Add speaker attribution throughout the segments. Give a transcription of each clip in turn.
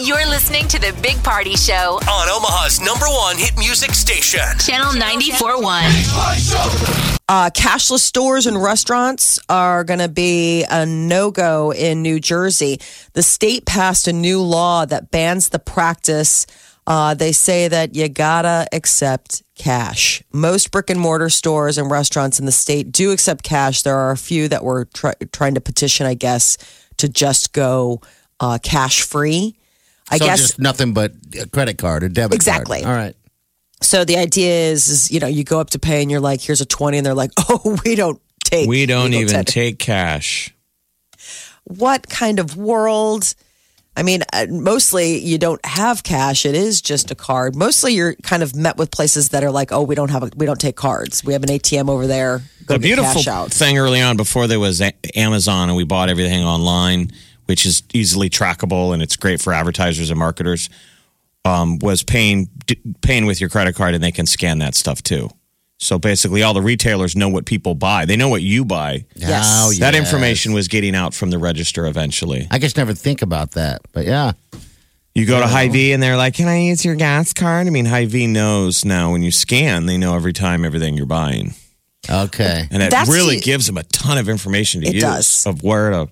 Speaker 1: You're listening to the Big Party Show,
Speaker 2: on Omaha's number one hit music station.
Speaker 1: Channel 94.1.
Speaker 3: Uh, cashless stores and restaurants are going to be a no go in New Jersey. The state passed a new law that bans the practice. Uh, they say that you gotta accept cash. Most brick and mortar stores and restaurants in the state do accept cash. There are a few that were try- trying to petition, I guess, to just go uh, cash free. I
Speaker 4: so
Speaker 3: guess
Speaker 4: just nothing but a credit card or debit
Speaker 3: Exactly.
Speaker 4: card. All right.
Speaker 3: so. The idea is, is, you know, you go up to pay and you're like, "Here's a 20 and they're like, "Oh, we don't take.
Speaker 5: We don't
Speaker 3: legal
Speaker 5: even
Speaker 3: tender.
Speaker 5: take cash.
Speaker 3: what kind of world? I mean, uh, mostly you don't have cash; it is just a card. Mostly you're kind of met with places that are like, "Oh, we don't have, a, we don't take cards. We have an ATM over there. Go
Speaker 5: The
Speaker 3: get
Speaker 5: beautiful
Speaker 3: cash out."
Speaker 5: thing early on, before there was A- Amazon and we bought everything online, which is easily trackable and it's great for advertisers and marketers, um, was paying d- paying with your credit card, and they can scan that stuff too. So basically, all the retailers know what people buy. They know what you buy.
Speaker 3: Yes.
Speaker 4: Oh, yes.
Speaker 5: That information was getting out from the register eventually.
Speaker 4: I just never think about that. But yeah.
Speaker 5: You go to
Speaker 3: Oh.
Speaker 5: Hy-Vee and they're like, "Can I use your gas card?" I mean, Hy-Vee knows now when you scan, they know every time everything you're buying.
Speaker 4: Okay.
Speaker 5: And it
Speaker 3: That's
Speaker 5: really
Speaker 3: the-
Speaker 5: gives them a ton of information to
Speaker 3: It
Speaker 5: use
Speaker 3: does.
Speaker 5: of where to,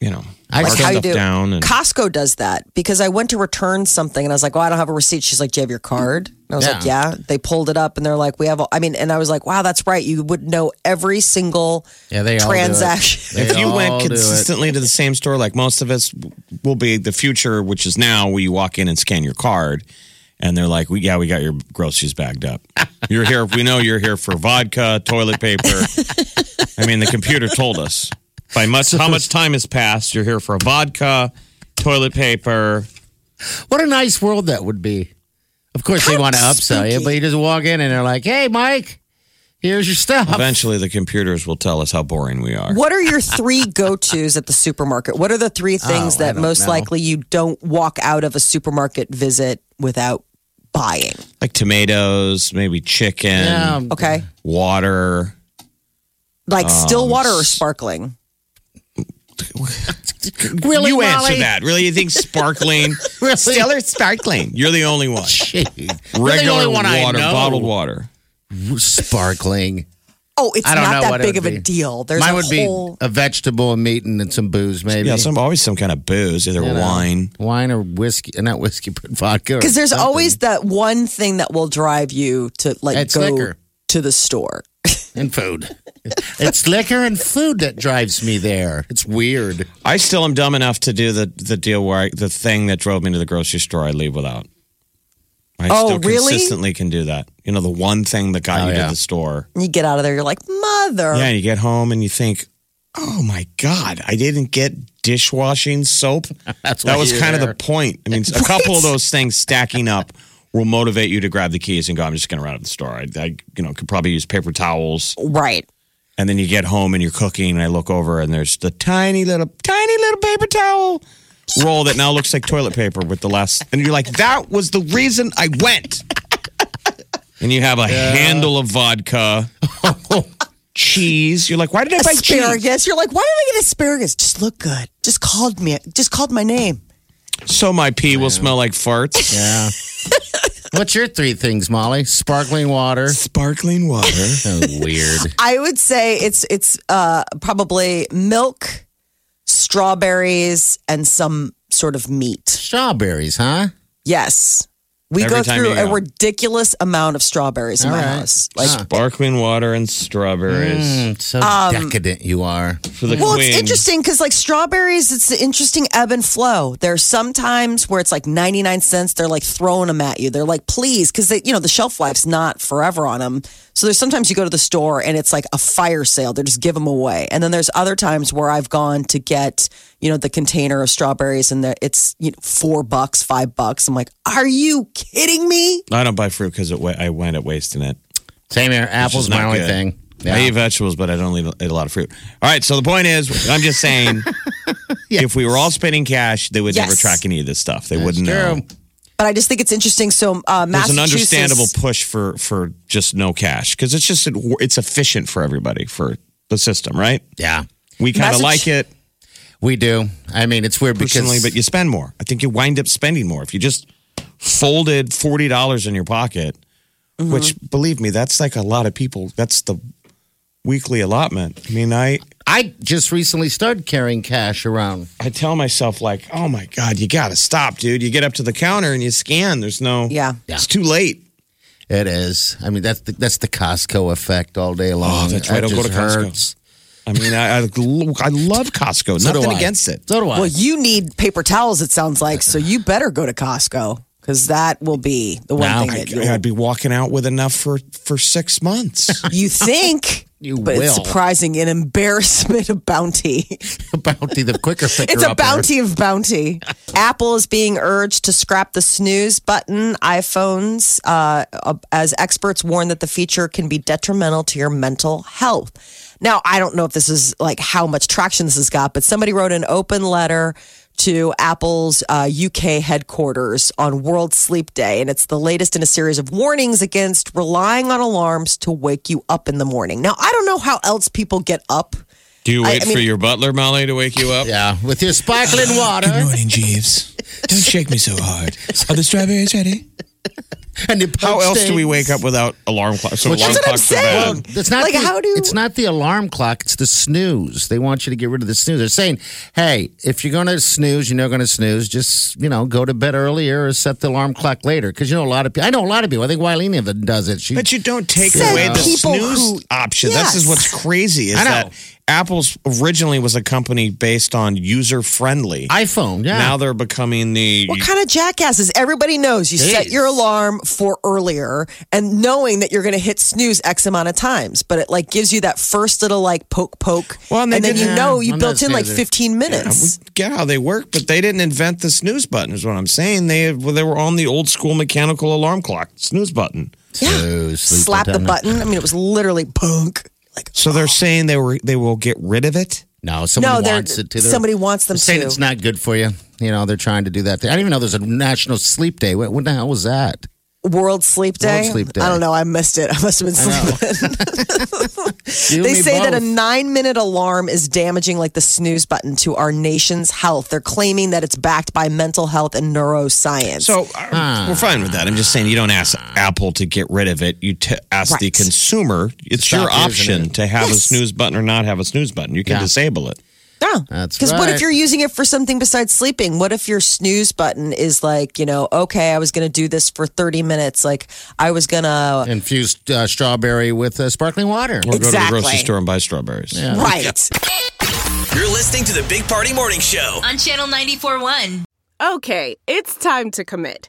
Speaker 5: you know,
Speaker 4: I
Speaker 5: mark
Speaker 4: just-
Speaker 3: How you
Speaker 5: stuff
Speaker 3: do?
Speaker 5: down. And
Speaker 3: Costco does that because I went to return something and I was like, "Oh, I don't have a receipt." She's like, "Do you have your card?" And I was like,
Speaker 4: Yeah.
Speaker 3: "Yeah." They pulled it up and they're like, "We have." All, I mean, and I was like, "Wow, that's right. You would know every single
Speaker 4: Yeah, they all do it.
Speaker 3: transaction."
Speaker 4: They
Speaker 5: if you
Speaker 4: all
Speaker 5: went
Speaker 4: do it.
Speaker 5: consistently to the same store, like most of us will be, the future, which is now, where you walk in and scan your card, and they're like, "We "Yeah, we got your groceries bagged up. You're here. We know you're here for vodka, toilet paper. I mean, the computer told us by much how much time has passed. You're here for vodka, toilet paper."
Speaker 4: What a nice world that would be. Of course, they want to upsell you, but you just walk in and they're like, hey, Mike, here's your stuff.
Speaker 5: Eventually, the computers will tell us how boring we are.
Speaker 3: What are your three go tos at the supermarket? What are the three things
Speaker 4: Oh, I
Speaker 3: that
Speaker 4: don't
Speaker 3: most
Speaker 4: know.
Speaker 3: likely you don't walk out of a supermarket visit without buying?
Speaker 5: like tomatoes, maybe chicken,
Speaker 4: Yeah.
Speaker 3: Okay.
Speaker 5: water.
Speaker 4: Um,
Speaker 3: Like still water or sparkling?
Speaker 4: Really,
Speaker 5: you
Speaker 4: Molly?
Speaker 5: answer that. Really? You think sparkling?
Speaker 4: Really?
Speaker 5: Still or sparkling? You're the only one.
Speaker 4: Jeez. You're the
Speaker 5: Regular
Speaker 4: only one I
Speaker 5: water,
Speaker 4: know.
Speaker 5: bottled water.
Speaker 4: Sparkling.
Speaker 3: Oh, it's
Speaker 4: I don't
Speaker 3: not
Speaker 4: know
Speaker 3: that
Speaker 4: what it
Speaker 3: big of
Speaker 4: would
Speaker 3: a
Speaker 4: be.
Speaker 3: deal. There's
Speaker 4: Mine
Speaker 3: a
Speaker 4: would
Speaker 3: whole.
Speaker 4: be a vegetable, a meat, and then some booze, maybe.
Speaker 5: Yeah, some always some kind of booze, either
Speaker 4: You know,
Speaker 5: wine.
Speaker 4: uh, Wine or whiskey. uh, Not whiskey, but vodka. or
Speaker 3: Because there's
Speaker 4: something.
Speaker 3: always that one thing that will drive you to like
Speaker 4: It's
Speaker 3: go
Speaker 4: liquor.
Speaker 3: to the store.
Speaker 4: and food. it's liquor and food that drives me there. It's weird.
Speaker 5: I still am dumb enough to do the the deal where I, the thing that drove me to the grocery store I leave without. I
Speaker 3: Oh,
Speaker 5: still
Speaker 3: really?
Speaker 5: consistently can do that. You know, the one thing that got
Speaker 4: Oh,
Speaker 5: you
Speaker 4: yeah.
Speaker 5: to the store.
Speaker 3: And you get out of there, you're like, mother.
Speaker 5: Yeah, and you get home and you think, oh my God, I didn't get dishwashing soap.
Speaker 4: That's
Speaker 5: that
Speaker 4: why
Speaker 5: was
Speaker 4: you're
Speaker 5: kind
Speaker 4: there.
Speaker 5: of the point. I mean, a couple of those things stacking up will motivate you to grab the keys and go, I'm just going to run out of the store. I, I, you know, could probably use paper towels.
Speaker 3: Right.
Speaker 5: And then you get home and you're cooking, and I look over and there's the tiny little, tiny little paper towel roll that now looks like toilet paper with the last. And you're like, that was the reason I went. And you have a handle of vodka, cheese. You're like, why did I buy cheese?
Speaker 3: Asparagus. You're like, why did I get asparagus? Just look good. Just called me. Just called my name.
Speaker 5: So my pee will smell like farts.
Speaker 4: Yeah. What's your three things, Molly? Sparkling water.
Speaker 5: Sparkling water.
Speaker 4: Oh, weird.
Speaker 3: I would say it's it's uh, probably milk, strawberries, and some sort of meat.
Speaker 4: Strawberries, huh?
Speaker 3: Yes, we
Speaker 5: Every
Speaker 3: go
Speaker 5: time
Speaker 3: through
Speaker 5: you
Speaker 3: a
Speaker 5: go.
Speaker 3: ridiculous amount of strawberries in
Speaker 4: All
Speaker 3: my
Speaker 4: right.
Speaker 3: house. Like,
Speaker 5: Sparkling water and strawberries
Speaker 4: Mm, so decadent you are.
Speaker 5: for the
Speaker 3: well,
Speaker 5: queen.
Speaker 3: it's interesting because like strawberries, it's an interesting ebb and flow. There's sometimes where it's like 99 cents. They're like throwing them at you. They're like, please, because you know the shelf life's not forever on them. So there's sometimes you go to the store and it's like a fire sale. They just give them away. And then there's other times where I've gone to get you you know, the container of strawberries and the, it's you know, four bucks, five bucks. I'm like, are you kidding me?
Speaker 5: I don't buy fruit because wa- I wind up wasting it.
Speaker 4: Same here. Apple's
Speaker 5: is
Speaker 4: my
Speaker 5: not
Speaker 4: only
Speaker 5: good.
Speaker 4: thing. Yeah.
Speaker 5: I eat vegetables, but I don't eat, eat a lot of fruit. All right. So the point is, I'm just saying, if we were all spending cash, they would never
Speaker 3: Yes.
Speaker 5: track any of this stuff. They
Speaker 4: That's
Speaker 5: wouldn't know.
Speaker 4: true.
Speaker 3: But I just think it's interesting. So uh,
Speaker 5: There's an
Speaker 3: Massachusetts,
Speaker 5: understandable push for for just no cash because it's just it's efficient for everybody for the system, right?
Speaker 4: Yeah,
Speaker 5: We kind of
Speaker 3: Message-
Speaker 5: like it
Speaker 4: we do. I mean, it's weird
Speaker 5: personally,
Speaker 4: because
Speaker 5: but you spend more. I think you wind up spending more if you just folded forty dollars in your pocket. Which,
Speaker 4: Mm-hmm.
Speaker 5: believe me, that's like a lot of people. That's the weekly allotment. I mean, I
Speaker 4: I just recently started carrying cash around.
Speaker 5: I tell myself like, oh my god, you got to stop, dude. You get up to the counter and you scan. There's no,
Speaker 3: Yeah.
Speaker 4: Yeah.
Speaker 5: it's too late.
Speaker 4: It is. I mean, that's the, that's the Costco effect all day long.
Speaker 5: Oh, that's right.
Speaker 4: That
Speaker 5: I'll go
Speaker 4: just
Speaker 5: to Costco.
Speaker 4: hurts.
Speaker 5: I mean, I I, I love Costco.
Speaker 4: So do
Speaker 5: Nothing
Speaker 4: I.
Speaker 5: against it.
Speaker 4: So do I.
Speaker 3: Well, you need paper towels, it sounds like. So you better go to Costco because that will be the one
Speaker 4: Wow.
Speaker 3: thing
Speaker 4: I-
Speaker 3: that
Speaker 5: I'd
Speaker 3: you'll,
Speaker 5: be walking out with enough for for six months.
Speaker 3: you think.
Speaker 4: You
Speaker 3: but it's
Speaker 4: will.
Speaker 3: surprising an embarrassment of bounty.
Speaker 4: bounty, the quicker picker
Speaker 3: It's a
Speaker 4: upper.
Speaker 3: bounty of bounty. Apple is being urged to scrap the snooze button. iPhones, uh, uh, as experts warn that the feature can be detrimental to your mental health. Now, I don't know if this is like how much traction this has got, but somebody wrote an open letter to Apple's uh, UK headquarters on World Sleep Day, and it's the latest in a series of warnings against relying on alarms to wake you up in the morning. Now, I don't know how else people get up.
Speaker 5: Do you
Speaker 3: I-
Speaker 5: wait
Speaker 3: I mean-
Speaker 5: for your butler, Molly, to wake you up?
Speaker 4: Yeah, with your sparkling water
Speaker 5: morning, Jeeves. Don't shake me so hard. Are the strawberries ready?
Speaker 4: and the poached
Speaker 5: How else do we
Speaker 4: eggs.
Speaker 5: wake up without alarm clocks? So
Speaker 4: Which-
Speaker 5: alarm
Speaker 4: That's
Speaker 3: what I'm
Speaker 5: clocks are
Speaker 3: saying.
Speaker 5: bad.
Speaker 4: It's not
Speaker 3: Like,
Speaker 4: the,
Speaker 3: how do-
Speaker 4: it's not the alarm clock, it's the snooze. They want you to get rid of the snooze. They're saying, "Hey, if you're going to snooze, you're not going to snooze. Just, you know, go to bed earlier or set the alarm clock later." Cuz you know a lot of people I know a lot of people. I think Wileen even does it. She
Speaker 5: But you don't take
Speaker 3: Said
Speaker 5: away the
Speaker 3: people
Speaker 5: snooze
Speaker 3: who-
Speaker 5: option. This is
Speaker 3: Yes.
Speaker 5: what's crazy is
Speaker 4: I know.
Speaker 5: that Apple's originally was a company based on user friendly.
Speaker 4: iPhone, yeah.
Speaker 5: Now they're becoming the
Speaker 3: What kind of jackasses? Everybody knows you set
Speaker 4: Jeez.
Speaker 3: your alarm for earlier and knowing that you're going to hit snooze X amount of times, but it like gives you that first little like poke poke.
Speaker 5: Well, and they
Speaker 3: then you
Speaker 5: didn't-
Speaker 3: know
Speaker 4: yeah,
Speaker 3: you
Speaker 4: I'm
Speaker 3: built
Speaker 4: not
Speaker 3: in
Speaker 4: a
Speaker 3: like
Speaker 4: snoozer.
Speaker 3: 15
Speaker 5: we
Speaker 3: minutes.
Speaker 5: get how they work, but they didn't invent the snooze button. Is what I'm saying. They well, they were on the old school mechanical alarm clock snooze button.
Speaker 4: So sleep
Speaker 3: Slap the
Speaker 4: intended.
Speaker 3: button. I mean, it was literally punk. Like,
Speaker 5: So they're saying they were they will get rid of it.
Speaker 4: No,
Speaker 3: no,
Speaker 4: someone
Speaker 3: they're,
Speaker 4: wants it to. They're-
Speaker 3: somebody wants them
Speaker 4: they're saying
Speaker 3: to.
Speaker 4: it's not good for you. You know, they're trying to do that. I didn't even know there's a National Sleep Day. What, what the hell was that?
Speaker 3: World Sleep Day.
Speaker 4: World Sleep Day.
Speaker 3: I don't know. I missed it. I must have been sleeping.
Speaker 4: You
Speaker 3: They
Speaker 4: and me
Speaker 3: say that a
Speaker 4: both.
Speaker 3: nine minute alarm is damaging, like the snooze button, to our nation's health. They're claiming that it's backed by mental health and neuroscience.
Speaker 5: So uh, we're fine with that. I'm just saying you don't ask Apple to get rid of it. You t- ask the
Speaker 3: Right.
Speaker 5: consumer. It's
Speaker 4: Stop
Speaker 5: your
Speaker 4: using
Speaker 5: option
Speaker 4: it.
Speaker 5: to have a
Speaker 3: Yes.
Speaker 5: snooze button or not have a snooze button. You can
Speaker 4: Yeah.
Speaker 5: disable it.
Speaker 3: yeah.
Speaker 4: That's
Speaker 3: Because Oh, what if
Speaker 4: right.
Speaker 3: you're using it for something besides sleeping? What if your snooze button is like, you know, okay, I was going to do this for 30 minutes. Like, I was going to.
Speaker 4: infused uh, strawberry with uh, sparkling water.
Speaker 5: Or go to the grocery
Speaker 3: Exactly.
Speaker 5: store and buy strawberries.
Speaker 3: Right.
Speaker 2: You're listening to the Big Party Morning Show.
Speaker 1: On Channel 94.1.
Speaker 6: Okay, it's time to commit.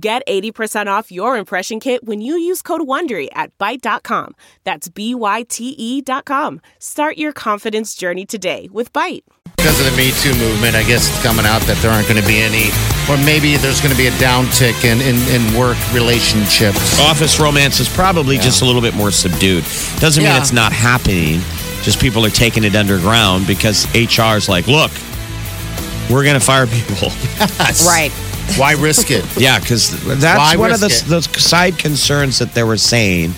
Speaker 6: Get 80% off your impression kit when you use code WONDERY at Byte.com. That's B-Y-T-E E dot com. Start your confidence journey today with Byte.
Speaker 4: Because of the Me Too movement, I guess it's coming out that there aren't going to be any, or maybe there's going to be a downtick in, in, in work relationships.
Speaker 5: Office romance is probably just a little bit more subdued. Doesn't mean
Speaker 4: Yeah.
Speaker 5: it's not happening. Just people are taking it underground because HR is like, look, we're going to fire people.
Speaker 3: Right.
Speaker 4: Why risk it?
Speaker 5: yeah, because that's
Speaker 4: Why
Speaker 5: one of the,
Speaker 4: risk it?
Speaker 5: the side concerns that they were saying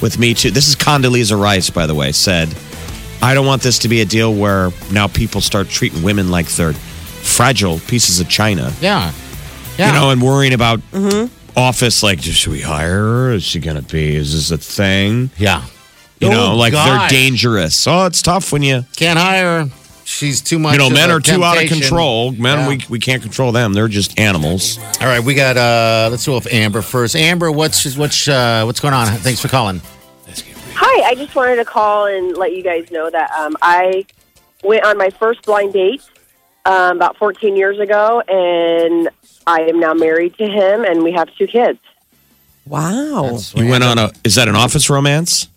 Speaker 5: with me too. This is Condoleezza Rice, by the way, said, I don't want this to be a deal where now people start treating women like they're fragile pieces of china
Speaker 4: Yeah. Yeah. Mm-hmm.
Speaker 5: you know, and worrying about office. Like, should we hire her? Is she going to be? Is this a thing?
Speaker 4: yeah.
Speaker 5: You
Speaker 4: Oh,
Speaker 5: know, like
Speaker 4: God.
Speaker 5: they're dangerous. Oh, it's tough when you
Speaker 4: Can't hire. She's too much.
Speaker 5: You know,
Speaker 4: of
Speaker 5: men
Speaker 4: a
Speaker 5: are too out of
Speaker 4: temptation.
Speaker 5: control. Men,
Speaker 4: Yeah.
Speaker 5: we, we can't control them. They're just animals.
Speaker 4: All right, we got. uh Let's go with Amber first. Amber, what's what's uh, what's going on? Thanks for calling.
Speaker 7: Hi, I just wanted to call and let you guys know that um, I went on my first blind date um, about 14 years ago, and I am now married to him, and we have two kids.
Speaker 4: Oh,
Speaker 3: Wow.
Speaker 5: You went on a. Is that an office romance?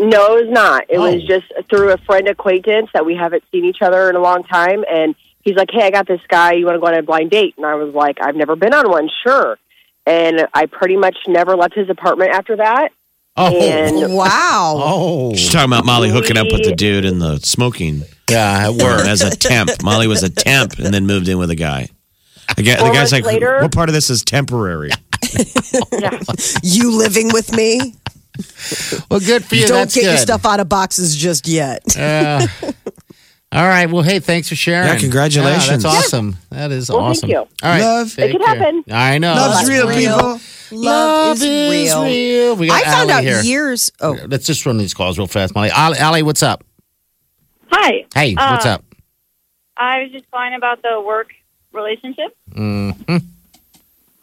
Speaker 7: No, it's not. It was
Speaker 5: Oh.
Speaker 7: just through a friend acquaintance that we haven't seen each other in a long time, and he's like, "Hey, I got this guy. You want to go on a blind date?" And I was like, "I've never been on one, sure." And I pretty much never left his apartment after that.
Speaker 4: Oh,
Speaker 7: And
Speaker 3: Wow.
Speaker 4: oh,
Speaker 5: She's talking about Molly hooking up with the dude in the smoking
Speaker 4: yeah, it
Speaker 5: firm
Speaker 4: worked.
Speaker 5: as a temp. Molly was a temp and then moved in with a guy. The, guy, the
Speaker 7: Four
Speaker 5: guy's like,
Speaker 7: months later-
Speaker 5: what part of this is temporary?
Speaker 3: You living with me?
Speaker 4: Well, good for you.
Speaker 3: Don't
Speaker 4: That's
Speaker 3: get your
Speaker 4: good.
Speaker 3: stuff out of boxes just yet.
Speaker 4: Uh, all right. Well, hey, thanks for sharing.
Speaker 5: Yeah, congratulations.
Speaker 4: Yeah, that's awesome. That is
Speaker 7: Well, thank
Speaker 4: awesome.
Speaker 7: you.
Speaker 4: All right.
Speaker 3: Love-
Speaker 4: Take
Speaker 7: It could
Speaker 4: care.
Speaker 7: happen.
Speaker 4: I know.
Speaker 3: Love's real, people. Love,
Speaker 4: Love
Speaker 3: is, real.
Speaker 4: We got
Speaker 3: I found
Speaker 4: Ally
Speaker 3: out
Speaker 4: here.
Speaker 3: years. Oh,
Speaker 4: Let's just run these calls real fast, Molly. Ally, Ally, what's up?
Speaker 8: Hi.
Speaker 4: Hey, what's
Speaker 8: Uh,
Speaker 4: up?
Speaker 8: I was just calling about the work relationship.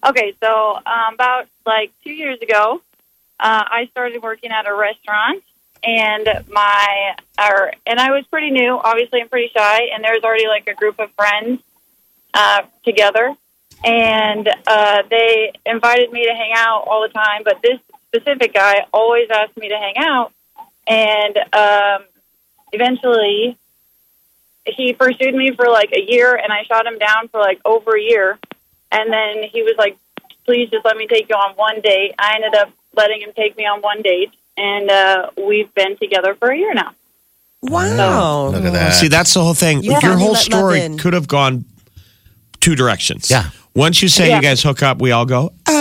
Speaker 8: Okay, so um, about like two years ago, uh, I started working at a restaurant, and my or and I was pretty new. Obviously, I'm pretty shy, and there was already like a group of friends uh, together, and uh, they invited me to hang out all the time. But this specific guy always asked me to hang out, and um, eventually he pursued me for like a year and I shot him down for like over a year. And then he was like, please just let me take you on one date. I ended up letting him take me on one date. And uh, we've been together for a year now.
Speaker 3: wow.
Speaker 4: Look at that.
Speaker 5: See, that's the whole thing.
Speaker 3: Yeah,
Speaker 5: Your
Speaker 3: you
Speaker 5: whole
Speaker 3: let love
Speaker 5: story
Speaker 3: in.
Speaker 5: could have gone two directions.
Speaker 4: Yeah.
Speaker 5: Once you say
Speaker 8: Yeah.
Speaker 5: you guys hook up, we all go, oh.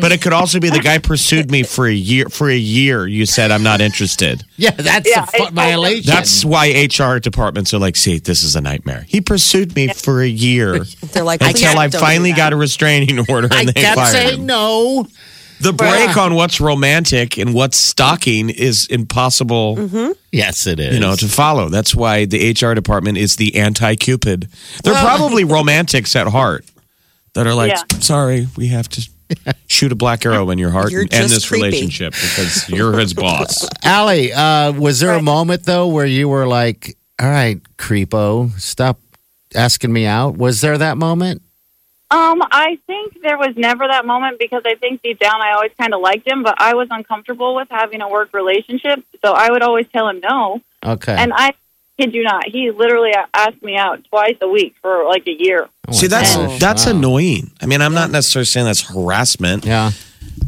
Speaker 5: But it could also be the guy pursued me for a year. For a year, you said, I'm not interested.
Speaker 4: yeah, that's
Speaker 8: Yeah,
Speaker 4: a fu-
Speaker 8: I- I-
Speaker 4: violation.
Speaker 5: That's why HR departments are like, see, this is a nightmare. He pursued me for a year
Speaker 3: They're like,
Speaker 5: until
Speaker 3: please
Speaker 5: I
Speaker 3: don't
Speaker 5: finally
Speaker 3: do that.
Speaker 5: got a restraining order
Speaker 4: I
Speaker 5: and they
Speaker 4: kept
Speaker 5: fired
Speaker 4: saying
Speaker 5: him.
Speaker 4: no.
Speaker 5: The break on what's romantic and what's stalking is impossible,
Speaker 3: Mm-hmm.
Speaker 4: Yes, it is.
Speaker 5: you know, to follow. That's why the HR department is the anti-Cupid. They're probably romantics at heart that are like,
Speaker 8: Yeah.
Speaker 5: sorry, we have to shoot a black arrow in your heart
Speaker 3: You're
Speaker 5: and end
Speaker 3: just
Speaker 5: this
Speaker 3: creepy.
Speaker 5: relationship because you're his boss.
Speaker 4: Allie, uh, was there a moment though where you were like, "All right, creepo, stop asking me out"? Was there that moment?
Speaker 8: Um, I think there was never that moment because I think deep down I always kind of liked him, but I was uncomfortable with having a work relationship. So I would always tell him no.
Speaker 4: Okay.
Speaker 8: And I kid you not, he literally asked me out twice a week for like a year.
Speaker 4: Oh, my
Speaker 5: See, that's
Speaker 4: gosh.
Speaker 5: that's
Speaker 4: Wow.
Speaker 5: annoying. I mean, I'm not necessarily saying that's harassment.
Speaker 4: Yeah,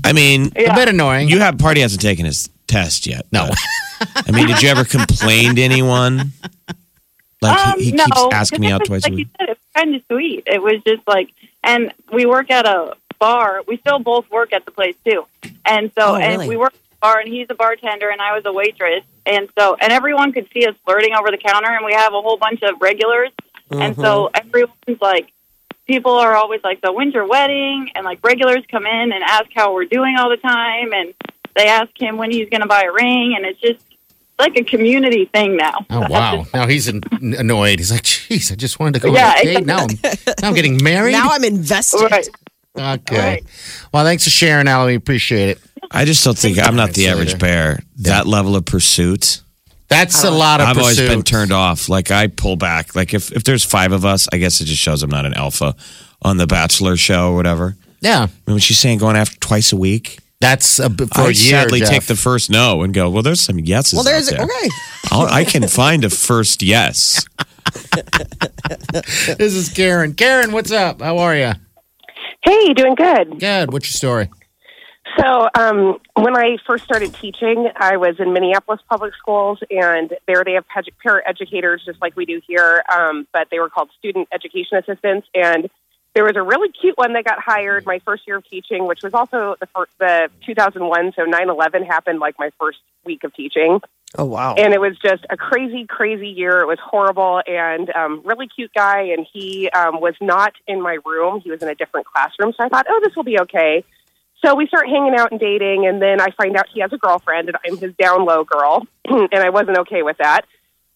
Speaker 5: I mean,
Speaker 4: a
Speaker 8: Yeah.
Speaker 4: bit annoying.
Speaker 5: you have party hasn't taken his test yet.
Speaker 4: No.
Speaker 5: but- I mean, did you ever complain to anyone? Like he, he
Speaker 8: Um, no,
Speaker 5: keeps asking me
Speaker 8: because
Speaker 5: out
Speaker 8: it was-
Speaker 5: twice
Speaker 8: like
Speaker 5: a week.
Speaker 8: you said, it's kind of sweet. It was just like, and we work at a bar. We still both work at the place too, and so
Speaker 3: Oh,
Speaker 8: and
Speaker 3: really?
Speaker 8: we work at the bar, and he's a bartender, and I was a waitress, and so and everyone could see us flirting over the counter, and we have a whole bunch of regulars, and so
Speaker 3: Mm-hmm.
Speaker 8: everyone's like. People are always like the winter wedding, and like regulars come in and ask how we're doing all the time, and they ask him when he's going to buy a ring, and it's just like a community thing now.
Speaker 4: Oh wow! Now he's an- annoyed. He's like, "Jeez, I just wanted to go
Speaker 8: Yeah,
Speaker 4: on a date. Now I'm, now I'm getting married."
Speaker 3: Now I'm invested.
Speaker 8: Right.
Speaker 4: okay. Well, thanks for sharing, Allie. We appreciate it.
Speaker 5: I just don't think I'm not the
Speaker 4: Later.
Speaker 5: average bear. That level of pursuit,
Speaker 4: That's a lot of.
Speaker 5: I've always
Speaker 4: pursuit.
Speaker 5: been turned off. Like I pull back. Like if if there's five of us, I guess it just shows I'm not an alpha on the Bachelor show or whatever.
Speaker 4: Yeah,
Speaker 5: I mean, when she's saying going after twice a week,
Speaker 4: that's a, b- for
Speaker 5: I
Speaker 4: a
Speaker 5: would
Speaker 4: year.
Speaker 5: sadly
Speaker 4: Jeff.
Speaker 5: take the first no and go. Well, there's some yeses.
Speaker 3: Well,
Speaker 5: out
Speaker 3: there's
Speaker 5: there.
Speaker 3: okay.
Speaker 5: I'll, I can find a first yes.
Speaker 4: This is Karen. Karen, what's up? How are you?
Speaker 7: hey, doing good.
Speaker 4: Good. What's your story?
Speaker 7: So, um, when I first started teaching, I was in Minneapolis public schools, and there they have ped- para educators just like we do here, um, but they were called student education assistants. And there was a really cute one that got hired my first year of teaching, which was also the, fir- the 2001. So, 9 11 happened like my first week of teaching.
Speaker 3: Oh wow.
Speaker 7: And it was just a crazy, crazy year. It was horrible and um, really cute guy. And he um, was not in my room. He was in a different classroom. So I thought, oh, this will be okay. So we start hanging out and dating. And then I find out he has a girlfriend and I'm his down low girl. and I wasn't okay with that.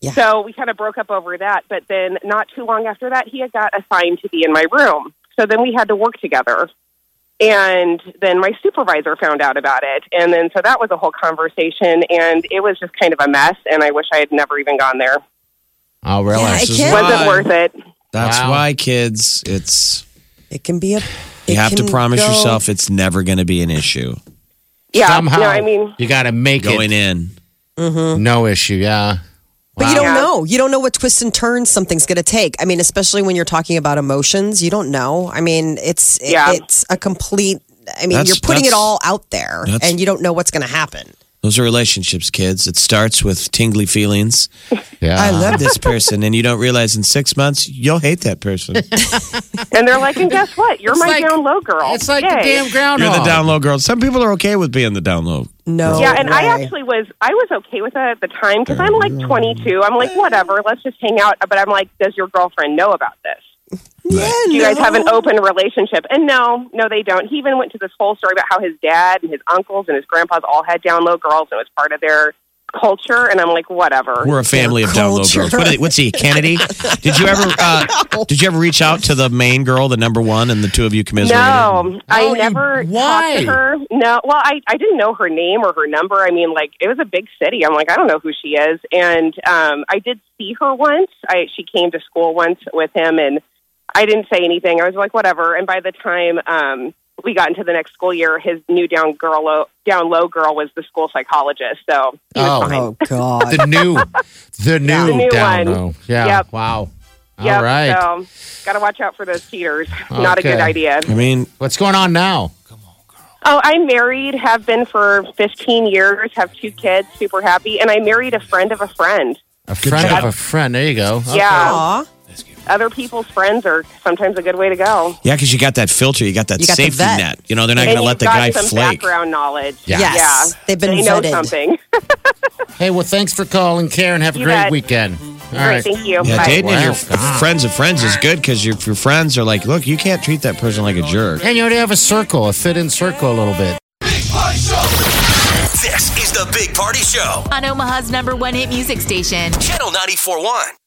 Speaker 3: Yeah.
Speaker 7: So we kind of broke up over that. But then not too long after that, he had got assigned to be in my room. So then we had to work together. And then my supervisor found out about it. And then so that was a whole conversation. And it was just kind of a mess. And I wish I had never even gone there.
Speaker 4: Oh, really?
Speaker 3: Yeah, it
Speaker 5: This is
Speaker 3: can-
Speaker 5: why-
Speaker 7: Wasn't worth it.
Speaker 5: That's
Speaker 4: Wow.
Speaker 5: why, kids, it's
Speaker 3: It can be a.
Speaker 5: you
Speaker 3: it
Speaker 5: have to
Speaker 3: can
Speaker 5: promise
Speaker 3: go-
Speaker 5: yourself it's never going to be an issue
Speaker 7: Yeah.
Speaker 4: Somehow,
Speaker 7: No, I mean,
Speaker 4: you got to make
Speaker 5: going
Speaker 4: it.
Speaker 5: in.
Speaker 4: No issue. Yeah.
Speaker 3: But you
Speaker 4: Wow.
Speaker 3: don't
Speaker 7: Yeah.
Speaker 3: know. You don't know what twists and turns something's going to take. I mean, especially when you're talking about emotions, you don't know. I mean, it's it-
Speaker 7: Yeah.
Speaker 3: it's a complete. I mean,
Speaker 5: That's-
Speaker 3: you're putting it
Speaker 5: that's-
Speaker 3: all out there,
Speaker 5: that's-
Speaker 3: and you don't know what's going to happen.
Speaker 5: Those are relationships, kids. It starts with tingly feelings.
Speaker 4: Yeah.
Speaker 5: I love this person, and you don't realize in six months you'll hate that person.
Speaker 7: and they're like, and guess what? You're my down low girl.
Speaker 4: It's like
Speaker 7: Yay.
Speaker 4: the damn
Speaker 3: Oh,
Speaker 4: ground.
Speaker 5: You're the down low girl. Some people are okay with being the down low.
Speaker 3: No.
Speaker 7: Yeah, and I
Speaker 3: way.
Speaker 7: actually was I was okay with it at the time because I'm like 22. I'm like whatever, let's just hang out. But I'm like, does your girlfriend know about this?
Speaker 3: Yeah,
Speaker 7: Do you guys have an
Speaker 3: no.
Speaker 7: open relationship? And no, no, they don't. He even went to this whole story about how his dad and his uncles and his grandpas all had down low girls and it was part of their culture. And I'm like, whatever.
Speaker 5: We're a family of down low girls. What are they- what's he, Kennedy? Did you ever? Uh, did you ever reach out to the main girl, the number one, and the two of you commiserated?
Speaker 7: No, um, I
Speaker 4: Oh, you-
Speaker 7: never
Speaker 4: why?
Speaker 7: talked to her. No, well, I, I didn't know her name or her number. I mean, like it was a big city. I'm like, I don't know who she is. And um, I did see her once. I she came to school once with him, and I didn't say anything. I was like, whatever. And by the time um, we got into the next school year, his new down girl, low, down low girl was the school psychologist. So he
Speaker 4: Oh.
Speaker 7: was fine.
Speaker 3: Oh God.
Speaker 4: The new, the new,
Speaker 7: The new
Speaker 4: down
Speaker 7: one.
Speaker 4: low. Yeah.
Speaker 7: Yep.
Speaker 4: Wow.
Speaker 7: Yep,
Speaker 4: All right.
Speaker 7: So got to watch out for those cheaters. Not a
Speaker 4: Okay.
Speaker 7: good idea.
Speaker 5: I mean,
Speaker 4: What's going on now?
Speaker 7: Oh, I'm married, have been for 15 years, have two kids, super happy. And I married a friend of a friend.
Speaker 4: A friend
Speaker 5: job.
Speaker 4: of a friend. There you go. Okay.
Speaker 7: Yeah.
Speaker 3: Aw.
Speaker 7: Other people's friends are sometimes a good way to go.
Speaker 5: yeah, because you got that filter, you got that
Speaker 3: You got the
Speaker 5: safety
Speaker 3: vet.
Speaker 5: net. You know, they're not going
Speaker 7: and
Speaker 5: to
Speaker 7: you've
Speaker 5: let the
Speaker 7: got
Speaker 5: guy
Speaker 7: some
Speaker 5: flake.
Speaker 7: background knowledge.
Speaker 4: Yeah.
Speaker 3: Yes.
Speaker 7: Yeah.
Speaker 3: They've been
Speaker 7: they know
Speaker 3: vetted.
Speaker 7: something. All
Speaker 4: Hey, well, thanks for calling, Karen. Have a
Speaker 7: You
Speaker 4: great
Speaker 7: bet.
Speaker 4: weekend. All
Speaker 7: right. Thank you.
Speaker 5: Yeah,
Speaker 7: Bye.
Speaker 5: dating
Speaker 4: Wow.
Speaker 5: your f- friends of friends is good because your, your friends are like, look, you can't treat that person like a jerk.
Speaker 4: And you already have a circle, a fit in circle a little bit.
Speaker 2: This is the Big Party Show,
Speaker 1: On Omaha's number one hit music station.
Speaker 2: Channel 941.